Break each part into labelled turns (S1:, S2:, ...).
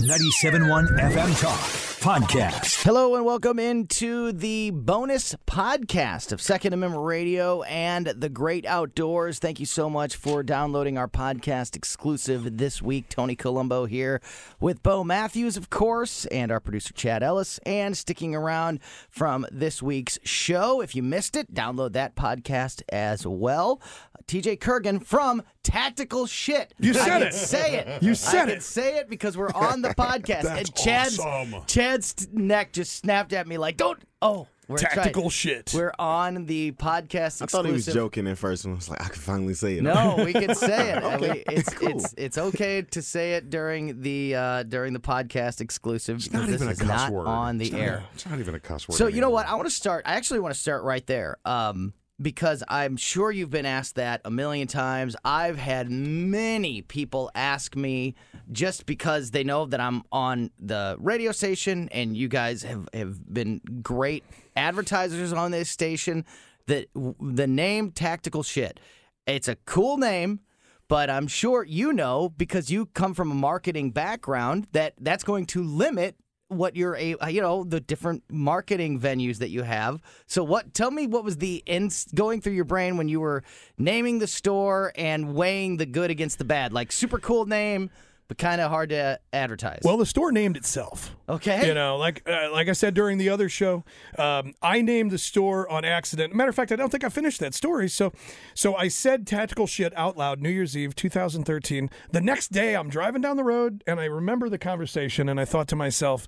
S1: 971 FM Talk Podcast.
S2: Hello and welcome into the bonus podcast of Second Amendment Radio and the Great Outdoors. Thank you so much for downloading our podcast exclusive this week. Tony Colombo here with Bo Matthews, of course, and our producer Chad Ellis. And sticking around from this week's show, if you missed it, download that podcast as well. TJ Kurgan from Tactical Shit.
S3: You
S2: I
S3: said
S2: can
S3: it.
S2: Say it.
S3: You
S2: I
S3: said
S2: can
S3: it.
S2: Say it because we're on the podcast.
S3: That's
S2: and Chad's
S3: awesome.
S2: Chad's neck just snapped at me like, "Don't!" Oh, we're
S3: Tactical
S2: trying-
S3: shit.
S2: We're on the podcast.
S4: I thought he was
S2: exclusive-
S4: joking at first, and I was like, I can finally say it.
S2: No, we can say it. And
S4: Okay,
S2: we- it's,
S4: cool.
S2: it's it's okay to say it during the uh, during the podcast exclusive.
S3: It's not
S2: because
S3: even a
S2: this
S3: cuss
S2: is not
S3: word.
S2: on the
S3: It's not-
S2: air.
S3: it's not even a cuss word.
S2: So you know
S3: anymore.
S2: what? I want to start. I actually want to start right there, um, because I'm sure you've been asked that a million times. I've had many people ask me just because they know that I'm on the radio station, and you guys have have been great advertisers on this station. That w- the name Tactical Shit, it's a cool name. But I'm sure you know because you come from a marketing background that that's going to limit what you're a uh, you know the different marketing venues that you have so what tell me what was the ins going through your brain when you were naming the store and weighing the good against the bad like super cool name but kind of hard to advertise
S3: Well, the store named itself.
S2: okay
S3: You know, like uh, like I said during the other show, um, I named the store on accident. Matter of fact, I don't think I finished that story. So, so I said tactical shit out loud New Year's Eve, 2013. The next day, I'm driving down the road and I remember the conversation and I thought to myself,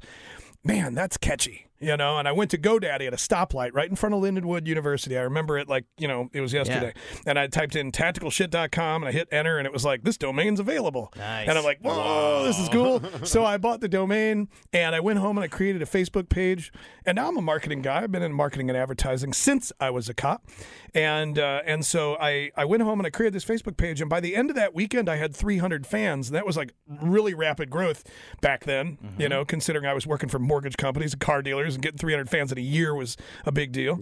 S3: "Man, that's catchy." You know, and I went to GoDaddy at a stoplight right in front of Lindenwood University. I remember it like, you know, it was yesterday. And I typed in tacticalshit.com and I hit enter and it was like, this domain's available.
S2: Nice.
S3: And I'm like, whoa, this is cool. so I bought the domain and I went home and I created a Facebook page. And now I'm a marketing guy. I've been in marketing and advertising since I was a cop. And uh, and so I, I went home and I created this Facebook page. And by the end of that weekend, I had 300 fans. And that was like really rapid growth back then, you know, considering I was working for mortgage companies and car dealers and getting 300 fans in a year was a big deal.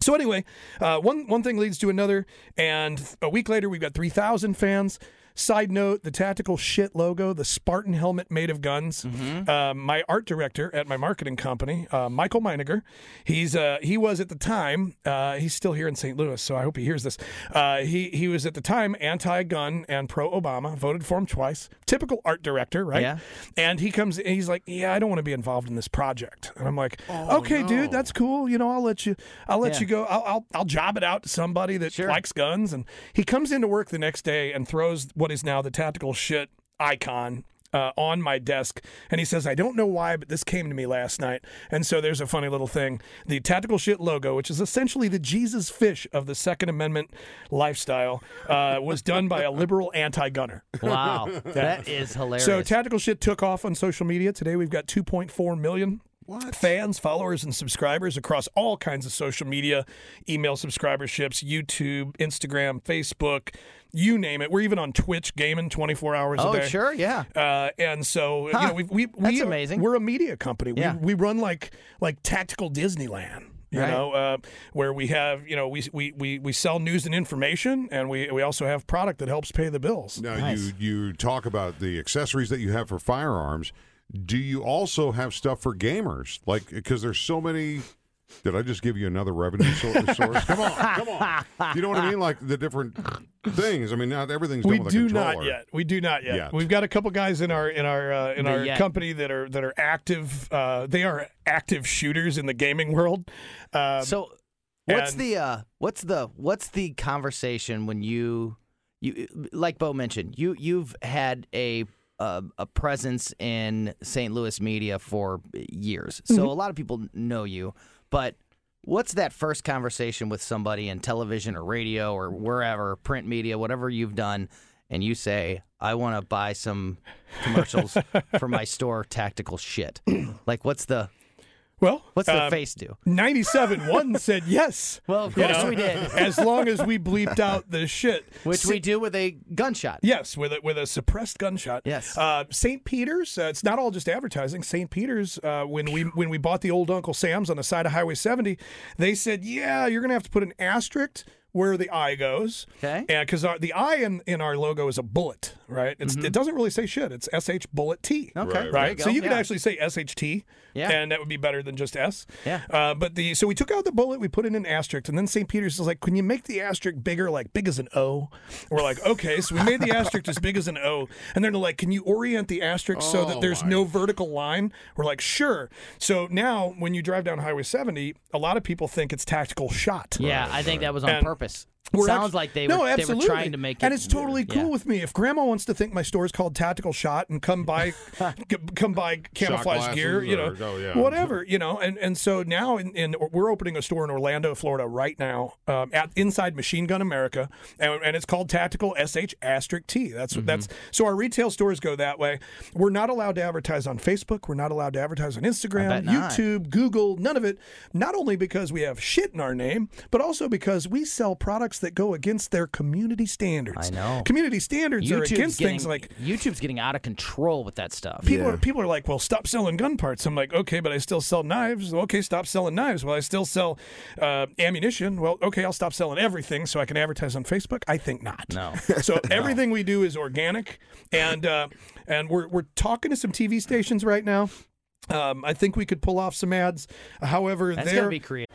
S3: So anyway, uh, one one thing leads to another, and a week later we've got three thousand fans. Side note: the tactical shit logo, the Spartan helmet made of guns. Uh, my art director at my marketing company, uh, Michael Meininger, he's uh, he was at the time. Uh, he's still here in St. Louis, so I hope he hears this. Uh, he he was at the time anti-gun and pro-Obama. Voted for him twice. Typical art director, right?
S2: Yeah.
S3: And he comes, and he's like, "Yeah, I don't want to be involved in this project." And I'm like, "Okay, dude, that's cool. You know, I'll let you, I'll let
S2: Oh, Yeah.
S3: you go. I'll, I'll, I'll job it out to somebody that
S2: Sure.
S3: likes guns." And he comes into work the next day and throws what is now the tactical shit icon. Uh, on my desk, and he says, "I don't know why, but this came to me last night." And so there's a funny little thing: the tactical shit logo, which is essentially the Jesus fish of the Second Amendment lifestyle, uh, was done by a liberal anti-gunner.
S2: wow that is hilarious
S3: So tactical shit took off on social media. Today we've got 2.4 million fans, followers, and subscribers across all kinds of social media, email subscriberships, YouTube, Instagram, Facebook, you name it. We're even on Twitch gaming 24 hours
S2: oh
S3: a day.
S2: sure yeah
S3: Uh, and so you
S2: Huh.
S3: know we we we
S2: That's
S3: are,
S2: amazing.
S3: We're a media company.
S2: Yeah.
S3: We we run like like tactical Disneyland. You
S2: Right.
S3: know, uh, where we have, you know, we, we, we, we sell news and information, and we, we also have product that helps pay the bills.
S5: Now
S2: Nice.
S5: you you talk about the accessories that you have for firearms. Do you also have stuff for gamers? Like because there's so many. Did I just give you another revenue so- source? come on, come on. You know what I mean? Like the different things. I mean, not everything's done
S3: we
S5: with a
S3: do
S5: controller.
S3: not yet. We do not yet.
S5: Yet.
S3: We've got a couple guys in our in our uh, in
S2: The
S3: our
S2: yet.
S3: company that are that are active. Uh, they are active shooters in the gaming world. Um,
S2: so what's
S3: and-
S2: the uh what's the what's the conversation when you you like bo mentioned you you've had a uh, a presence in st louis media for years
S3: Mm-hmm.
S2: so a lot of people know you but what's that first conversation with somebody in television or radio or wherever print media whatever you've done and you say, I want to buy some commercials for my store tactical shit. Like, what's the
S3: Well,
S2: what's the
S3: uh,
S2: face do?
S3: 97 one said yes.
S2: Well, of
S3: You
S2: course
S3: know,
S2: we did.
S3: As long as we bleeped out the shit.
S2: Which we do with a gunshot.
S3: Yes, with a, with a suppressed gunshot.
S2: Yes.
S3: Uh, St. Peter's. Uh, it's not all just advertising. St. Peter's. Uh, when we when we bought the old Uncle Sam's on the side of Highway 70, they said, "Yeah, you're gonna have to put an asterisk where the eye goes."
S2: Okay.
S3: Because the eye in, in our logo is a bullet, right? It's, It doesn't really say shit. It's SH bullet T.
S2: Mm-hmm. Okay.
S5: Right,
S3: Right,
S2: There
S3: so
S2: go.
S3: you could
S2: Yeah.
S3: actually say SHT,
S2: Yeah.
S3: and that would be better than just S.
S2: Yeah.
S3: Uh, but the so we took out the bullet, we put in an asterisk, and then St. Peter's is like, "Can you make the asterisk bigger, like big as an O?" And we're like, "Okay." So we made the asterisk as big as an O, and then they're like, "Can you orient the asterisk so
S2: Oh
S3: that there's no vertical line?" We're like, "Sure." So now when you drive down Highway 70, a lot of people think it's tactical shot.
S2: Yeah, I think that was on
S3: And
S2: purpose.
S3: We're
S2: Sounds
S3: actu-
S2: like they were,
S3: no,
S2: they were
S3: absolutely.
S2: trying to make it.
S3: and it's totally cool
S2: yeah.
S3: with me. If Grandma wants to think my store's called Tactical Shot and come buy, c- come buy camouflage
S5: glasses
S3: gear, you know,
S5: or- oh, yeah.
S3: whatever, you know, and and so now in, in we're opening a store in Orlando, Florida, right now um, at Inside Machine Gun America, and, and it's called Tactical SH Asterisk T. That's
S2: Mm-hmm.
S3: that's so our retail stores go that way. We're not allowed to advertise on Facebook. We're not allowed to advertise on Instagram,
S2: bet not.
S3: YouTube, Google, none of it. Not only because we have shit in our name, but also because we sell products that go against their community standards.
S2: I know.
S3: community standards are
S2: YouTube's
S3: against
S2: getting,
S3: things like
S2: YouTube's getting out of control with that stuff.
S3: people
S4: Yeah.
S3: are people are like, well, stop selling gun parts. I'm like, okay, but I still sell knives. Okay, stop selling knives. Well, I still sell uh, ammunition. Well, okay, I'll stop selling everything so I can advertise on Facebook. I think not.
S2: No.
S3: So everything we do is organic, and uh, and we're we're talking to some TV stations right now. Um, I think we could pull off some ads. However,
S2: That's
S3: they're
S2: gonna be creative.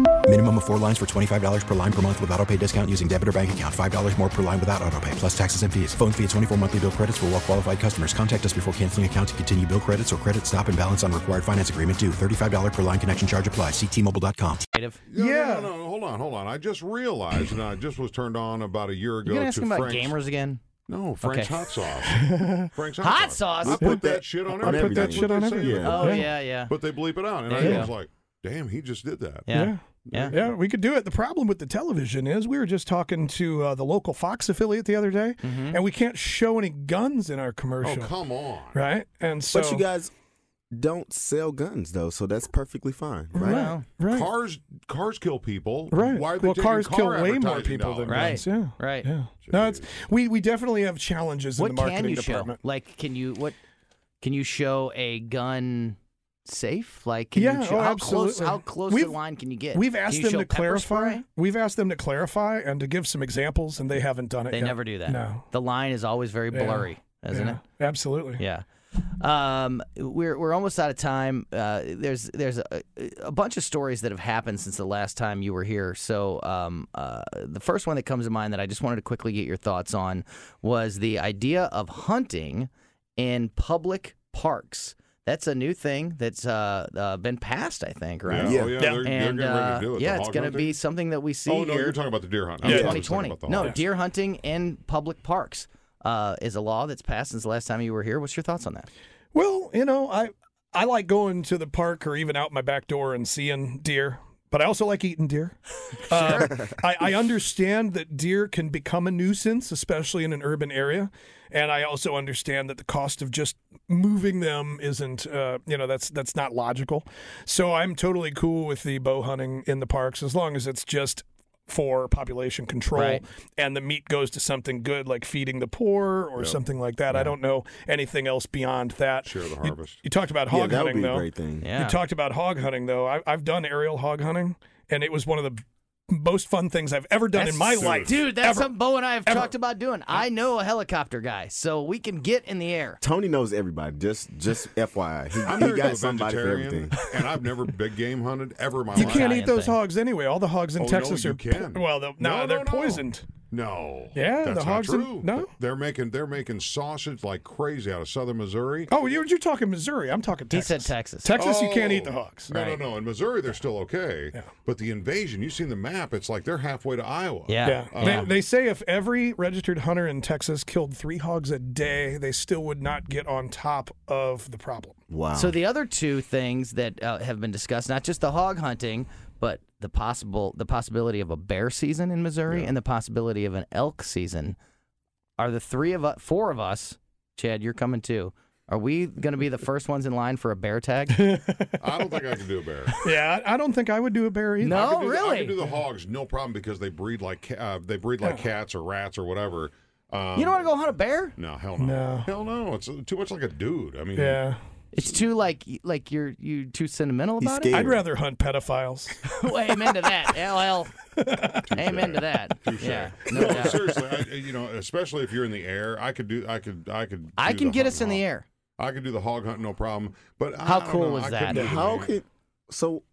S6: Minimum of four lines for $25 per line per month with auto pay discount using debit or bank account. $5 more per line without auto pay, plus taxes and fees. Phone fee at 24 monthly bill credits for all qualified customers. Contact us before canceling account to continue bill credits or credit stop and balance on required finance agreement due. $35 per line connection charge applies. Ctmobile.com.
S5: No, no,
S3: Yeah.
S5: No, no, no, hold on, hold on. I just realized, and I just was turned on about a year ago
S2: You gonna
S5: to
S2: ask him about
S5: Frank's.
S2: gamers again?
S5: No, Frank's
S2: Okay.
S5: hot sauce. Frank's hot,
S2: Hot sauce?
S5: I
S2: We
S5: put that shit on
S4: I put
S5: everything.
S4: that
S5: That's
S4: shit
S5: what
S3: on
S5: they say.
S3: everything.
S2: Oh
S3: Yeah.
S2: yeah, yeah,
S5: But they bleep it out, and
S2: There
S5: I
S2: you
S5: was
S2: go.
S5: like, "Damn, he just did that."
S2: yeah, yeah.
S3: Yeah, we could do it. The problem with the television is we were just talking to uh, the local Fox affiliate the other day,
S2: Mm-hmm.
S3: and we can't show any guns in our
S5: Oh,
S3: commercial,
S5: come on.
S3: right? And so,
S4: But you guys don't sell guns though, so that's perfectly fine, right?
S2: Well,
S3: right,
S5: Cars, cars kill people.
S3: right.
S5: Why are they
S3: well,
S5: taking
S3: cars
S5: car
S3: kill way more
S5: advertising
S3: people than
S5: dollars?
S2: Right.
S3: guns. Yeah,
S2: right.
S3: Yeah. No, it's we we definitely have challenges in
S2: What
S3: the
S2: can
S3: marketing
S2: you
S3: department.
S2: show? Like, can you what? Can you show a gun safe? Like, can
S3: Yeah,
S2: you show,
S3: oh,
S2: how close?
S3: absolutely.
S2: How close to
S3: We've-
S2: the line can you get?
S3: We've
S2: Can
S3: asked
S2: you
S3: them
S2: show
S3: to
S2: pepper
S3: clarify.
S2: spray?
S3: We've asked them to clarify and to give some examples, and they haven't done it.
S2: They
S3: yet.
S2: never do that.
S3: No,
S2: The line is always very
S3: Yeah.
S2: blurry, isn't
S3: Yeah.
S2: it?
S3: Absolutely.
S2: Yeah. Um, we're we're almost out of time. Uh, there's there's a, a bunch of stories that have happened since the last time you were here. So um, uh, the first one that comes to mind that I just wanted to quickly get your thoughts on was the idea of hunting in public parks. That's a new thing that's uh, uh, been passed, I think,
S5: Yeah.
S2: right?
S5: Oh, yeah.
S4: Yeah.
S2: And
S5: They're, they're getting ready
S2: uh,
S5: to do it. The
S2: yeah, it's
S5: hog
S2: going to
S5: hunting?
S2: be something that we see
S5: Oh no,
S2: here
S5: you're talking about the deer hunt. I
S2: in
S5: was thinking
S2: 2020.
S5: about the
S2: No,
S5: hog.
S2: deer hunting in public parks uh, is a law that's passed since the last time you were here. What's your thoughts on that?
S3: Well, you know, I I like going to the park or even out my back door and seeing deer. But I also like eating deer. Um, I, I understand that deer can become a nuisance, especially in an urban area, and I also understand that the cost of just moving them isn't, uh, you know, that's that's not logical. So I'm totally cool with the bow hunting in the parks as long as it's just for population control
S2: Right.
S3: and the meat goes to something good like feeding the poor or something like that. I don't know anything else beyond that.
S5: Share the
S3: You-
S5: harvest.
S3: You, talked about
S4: Yeah,
S3: hog
S4: that would
S3: hunting
S4: be
S3: though.
S4: a great thing.
S2: Yeah.
S3: You talked about hog hunting though. I, I've done aerial hog hunting, and it was one of the most fun things I've ever done in my life,
S2: Dude, that's
S3: ever.
S2: something Bo and I have
S3: Ever.
S2: talked about doing. I know a helicopter guy, so we can get in the air.
S4: Tony knows everybody. Just just FYI, he,
S5: I'm
S4: he
S5: married to a
S4: got somebody for
S5: vegetarian,
S4: everything.
S5: and I've never big game hunted ever in my
S3: You
S5: life.
S3: can't
S2: Italian
S3: eat those
S2: thing.
S3: hogs anyway. All the hogs in
S5: Oh, no,
S3: Texas
S5: you
S3: are po-
S5: can.
S3: well, no,
S5: No, no,
S3: they're
S5: no.
S3: poisoned.
S5: No.
S3: Yeah,
S5: that's
S3: the
S5: not
S3: hogs and-
S5: true.
S3: no?
S5: They're making they're making sausage like crazy out of southern Missouri.
S3: Oh, you're, you're talking Missouri. I'm talking
S2: He
S3: Texas.
S2: said Texas.
S3: Texas, you can't
S5: Oh.
S3: eat the hogs.
S5: No, no, no. In Missouri, they're still okay.
S3: Yeah.
S5: But the invasion, you've seen the map. It's like they're halfway to Iowa.
S2: Yeah.
S3: Yeah. they, they say if every registered hunter in Texas killed three hogs a day, they still would not get on top of the problem.
S4: Wow.
S2: So the other two things that uh, have been discussed, not just the hog hunting, but the possible the possibility of a bear season in Missouri and the possibility of an elk season, are the three of us, four of us, Chad, you're coming too. Are we going to be the first ones in line for a bear tag?
S5: I don't think I can do a bear.
S3: Yeah, I, I don't think I would do a bear either.
S2: No.
S5: I can do the- I
S2: really?
S5: can do the hogs, no problem, because they breed like ca- uh, they breed like cats or rats or whatever. Um,
S2: you don't want to go hunt a bear?
S5: No, hell no.
S3: No.
S5: Hell no. It's uh, too much like a dude. I mean,
S3: Yeah.
S2: It's too like y- like you're you too sentimental
S4: He's
S2: about
S4: scared.
S3: I'd rather hunt pedophiles.
S2: it. Amen to that. LL. Amen to that. Yeah. No
S5: No,
S2: doubt.
S5: seriously, I, you know, especially if you're in the air, I could do, I could, I could.
S2: I
S5: do
S2: can
S5: the
S2: get
S5: hog
S2: us in the
S5: hunt.
S2: air.
S5: I could do the hog hunt, no problem. But I
S2: How
S5: don't
S2: cool
S5: know,
S2: is
S5: I
S2: that?
S5: couldn't do the
S4: How
S5: bear.
S4: could so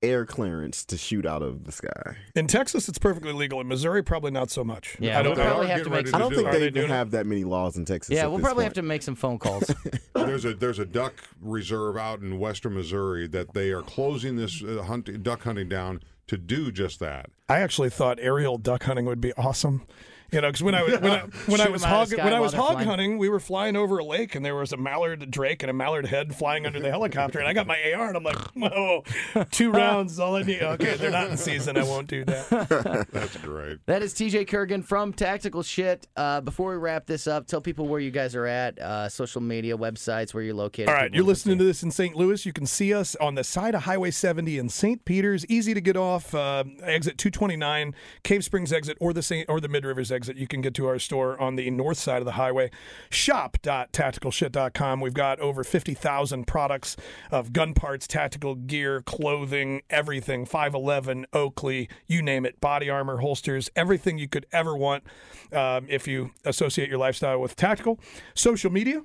S4: air clearance to shoot out of the sky?
S3: In Texas, it's perfectly legal. In Missouri, probably not so much.
S2: Yeah,
S3: I
S2: we'll
S3: don't
S5: They
S3: know.
S5: are
S2: probably have
S5: getting
S2: to make
S5: ready
S2: some-
S4: I don't
S5: do
S4: think
S5: it.
S3: Are they
S4: they even
S3: doing it?
S4: have that many laws in Texas.
S2: Yeah,
S4: at
S2: we'll
S4: this
S2: probably
S4: point.
S2: have to make some phone calls.
S5: Well, there's a there's a duck reserve out in western Missouri that they are closing this uh, hunt, duck hunting down to do just that.
S3: I actually thought aerial duck hunting would be awesome. You know, because when I was when I, when I
S2: Shoot 'em out of
S3: was hog
S2: the sky
S3: when I
S2: while
S3: was
S2: they're
S3: hog
S2: flying.
S3: hunting, we were flying over a lake and there was a mallard drake and a mallard head flying under the helicopter, and I got my AR and I'm like, whoa, two rounds, is all I need. Okay, they're not in season. I won't do that.
S5: That's great.
S2: That is TJ Kurgan from Tactical Shit. Uh, before we wrap this up, tell people where you guys are at, uh, social media, websites, where you're located.
S3: All right, you're listening to this in St. Louis. You can see us on the side of Highway 70 in St. Peter's. Easy to get off uh, exit 229, Cave Springs exit, or the Saint, or the Mid Rivers exit. You can get to our store on the north side of the highway. Shop.tacticalshit.com. We've got over 50,000 products of gun parts, tactical gear, clothing, everything. 511, Oakley, you name it. Body armor, holsters, everything you could ever want um, if you associate your lifestyle with tactical. Social media.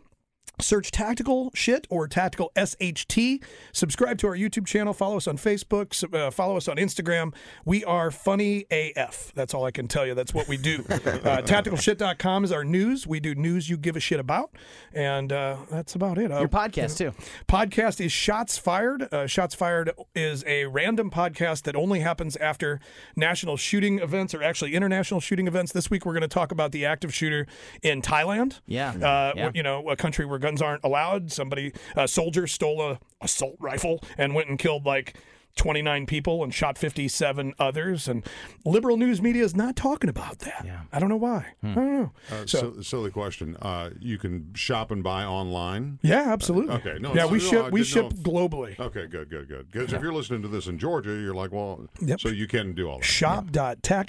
S3: Search Tactical Shit or Tactical SHT. Subscribe to our YouTube channel. Follow us on Facebook. sub- Uh, follow us on Instagram. We are funny AF. That's all I can tell you. That's what we do. Uh, TacticalShit.com is our news. We do news you give a shit about. And uh, that's about it. Uh,
S2: Your podcast, too.
S3: podcast is Shots Fired. Uh, Shots Fired is a random podcast that only happens after national shooting events or actually international shooting events. This week we're going to talk about the active shooter in Thailand.
S2: Yeah.
S3: Uh,
S2: Yeah.
S3: You know, a country where guns aren't allowed. Somebody, a soldier stole a assault rifle and went and killed like 29 people and shot 57 others. And liberal news media is not talking about that. Yeah. I don't know why.
S2: Hmm.
S3: I don't know.
S5: Uh, so, silly question. Uh, you can shop and buy online.
S3: Yeah, absolutely.
S5: okay, no,
S3: Yeah,
S5: so-
S3: we
S5: no, I
S3: ship we
S5: didn't know
S3: ship
S5: if-
S3: globally.
S5: Okay, good, good, good. Because if you're listening to this in Georgia, you're like, well,
S3: Yep.
S5: so you can do all that.
S2: Love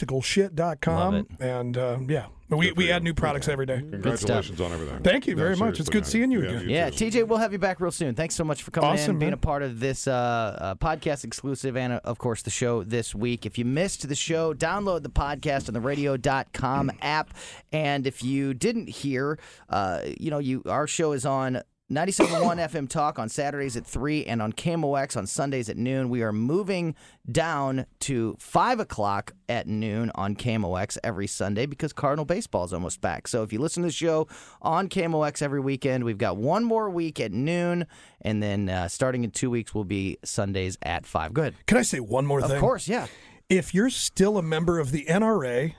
S3: shop.tacticalshit.com
S2: it.
S3: and uh, yeah we, we add new products every day
S5: Congratulations on everything.
S3: Thank you
S5: No,
S3: very much. It's
S5: seriously,
S3: good
S5: man.
S3: seeing you again.
S2: Yeah,
S5: too.
S2: TJ, we'll have you back real soon. Thanks so much for coming
S3: Awesome,
S2: in, being a
S3: man.
S2: part of this uh, uh, podcast exclusive and, uh, of course, the show this week. If you missed the show, download the podcast on the radio.com app. And if you didn't hear, uh, you know, you our show is on. 97.1 FM Talk on Saturdays at 3 and on Camo X on Sundays at noon. We are moving down to 5 o'clock at noon on Camo X every Sunday because Cardinal baseball is almost back. So if you listen to the show on Camo X every weekend, we've got one more week at noon, and then uh, starting in two weeks will be Sundays at 5. Good.
S3: can i say one more thing
S2: Of course, yeah.
S3: if you're still a member of the nra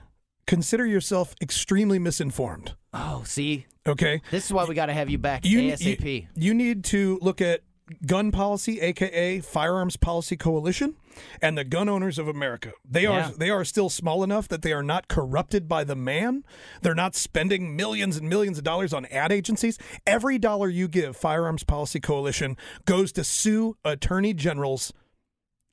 S3: consider yourself extremely misinformed
S2: Oh, see,
S3: okay
S2: this is why we got to have you back
S3: you,
S2: ASAP.
S3: You, you need to look at gun policy, aka Firearms Policy Coalition, and the Gun Owners of America. They
S2: Yeah.
S3: are they are still small enough that they are not corrupted by the man. They're not spending millions and millions of dollars on ad agencies. Every dollar you give Firearms Policy Coalition goes to sue attorney generals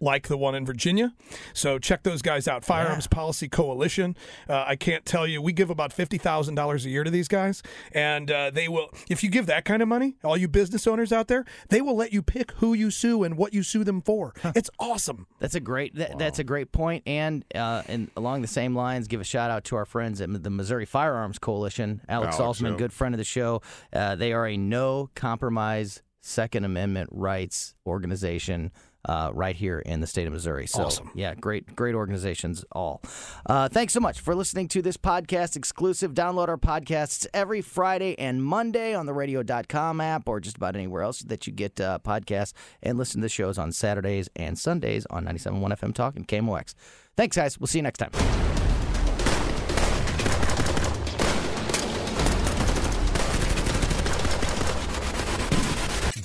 S3: like the one in Virginia. So check those guys out. Firearms Policy Coalition. Uh, I can't tell you. We give about fifty thousand dollars a year to these guys, and uh, they will. If you give that kind of money, all you business owners out there, they will let you pick who you sue and what you sue them for. It's awesome.
S2: That's a great. That, That's a great point. And uh, and along the same lines, give a shout out to our friends at the Missouri Firearms Coalition. Alex,
S5: Alex,
S2: Saltzman,
S5: yeah.
S2: good friend of the show. Uh, they are a no compromise Second Amendment rights organization. uh, right here in the state of Missouri. So, yeah, great, great organizations all. Uh, thanks so much for listening to this podcast exclusive. Download our podcasts every Friday and Monday on the radio.com app or just about anywhere else that you get uh, podcasts and listen to the shows on Saturdays and Sundays on 97.1 FM Talk and KMOX. Thanks, guys. We'll see you next time.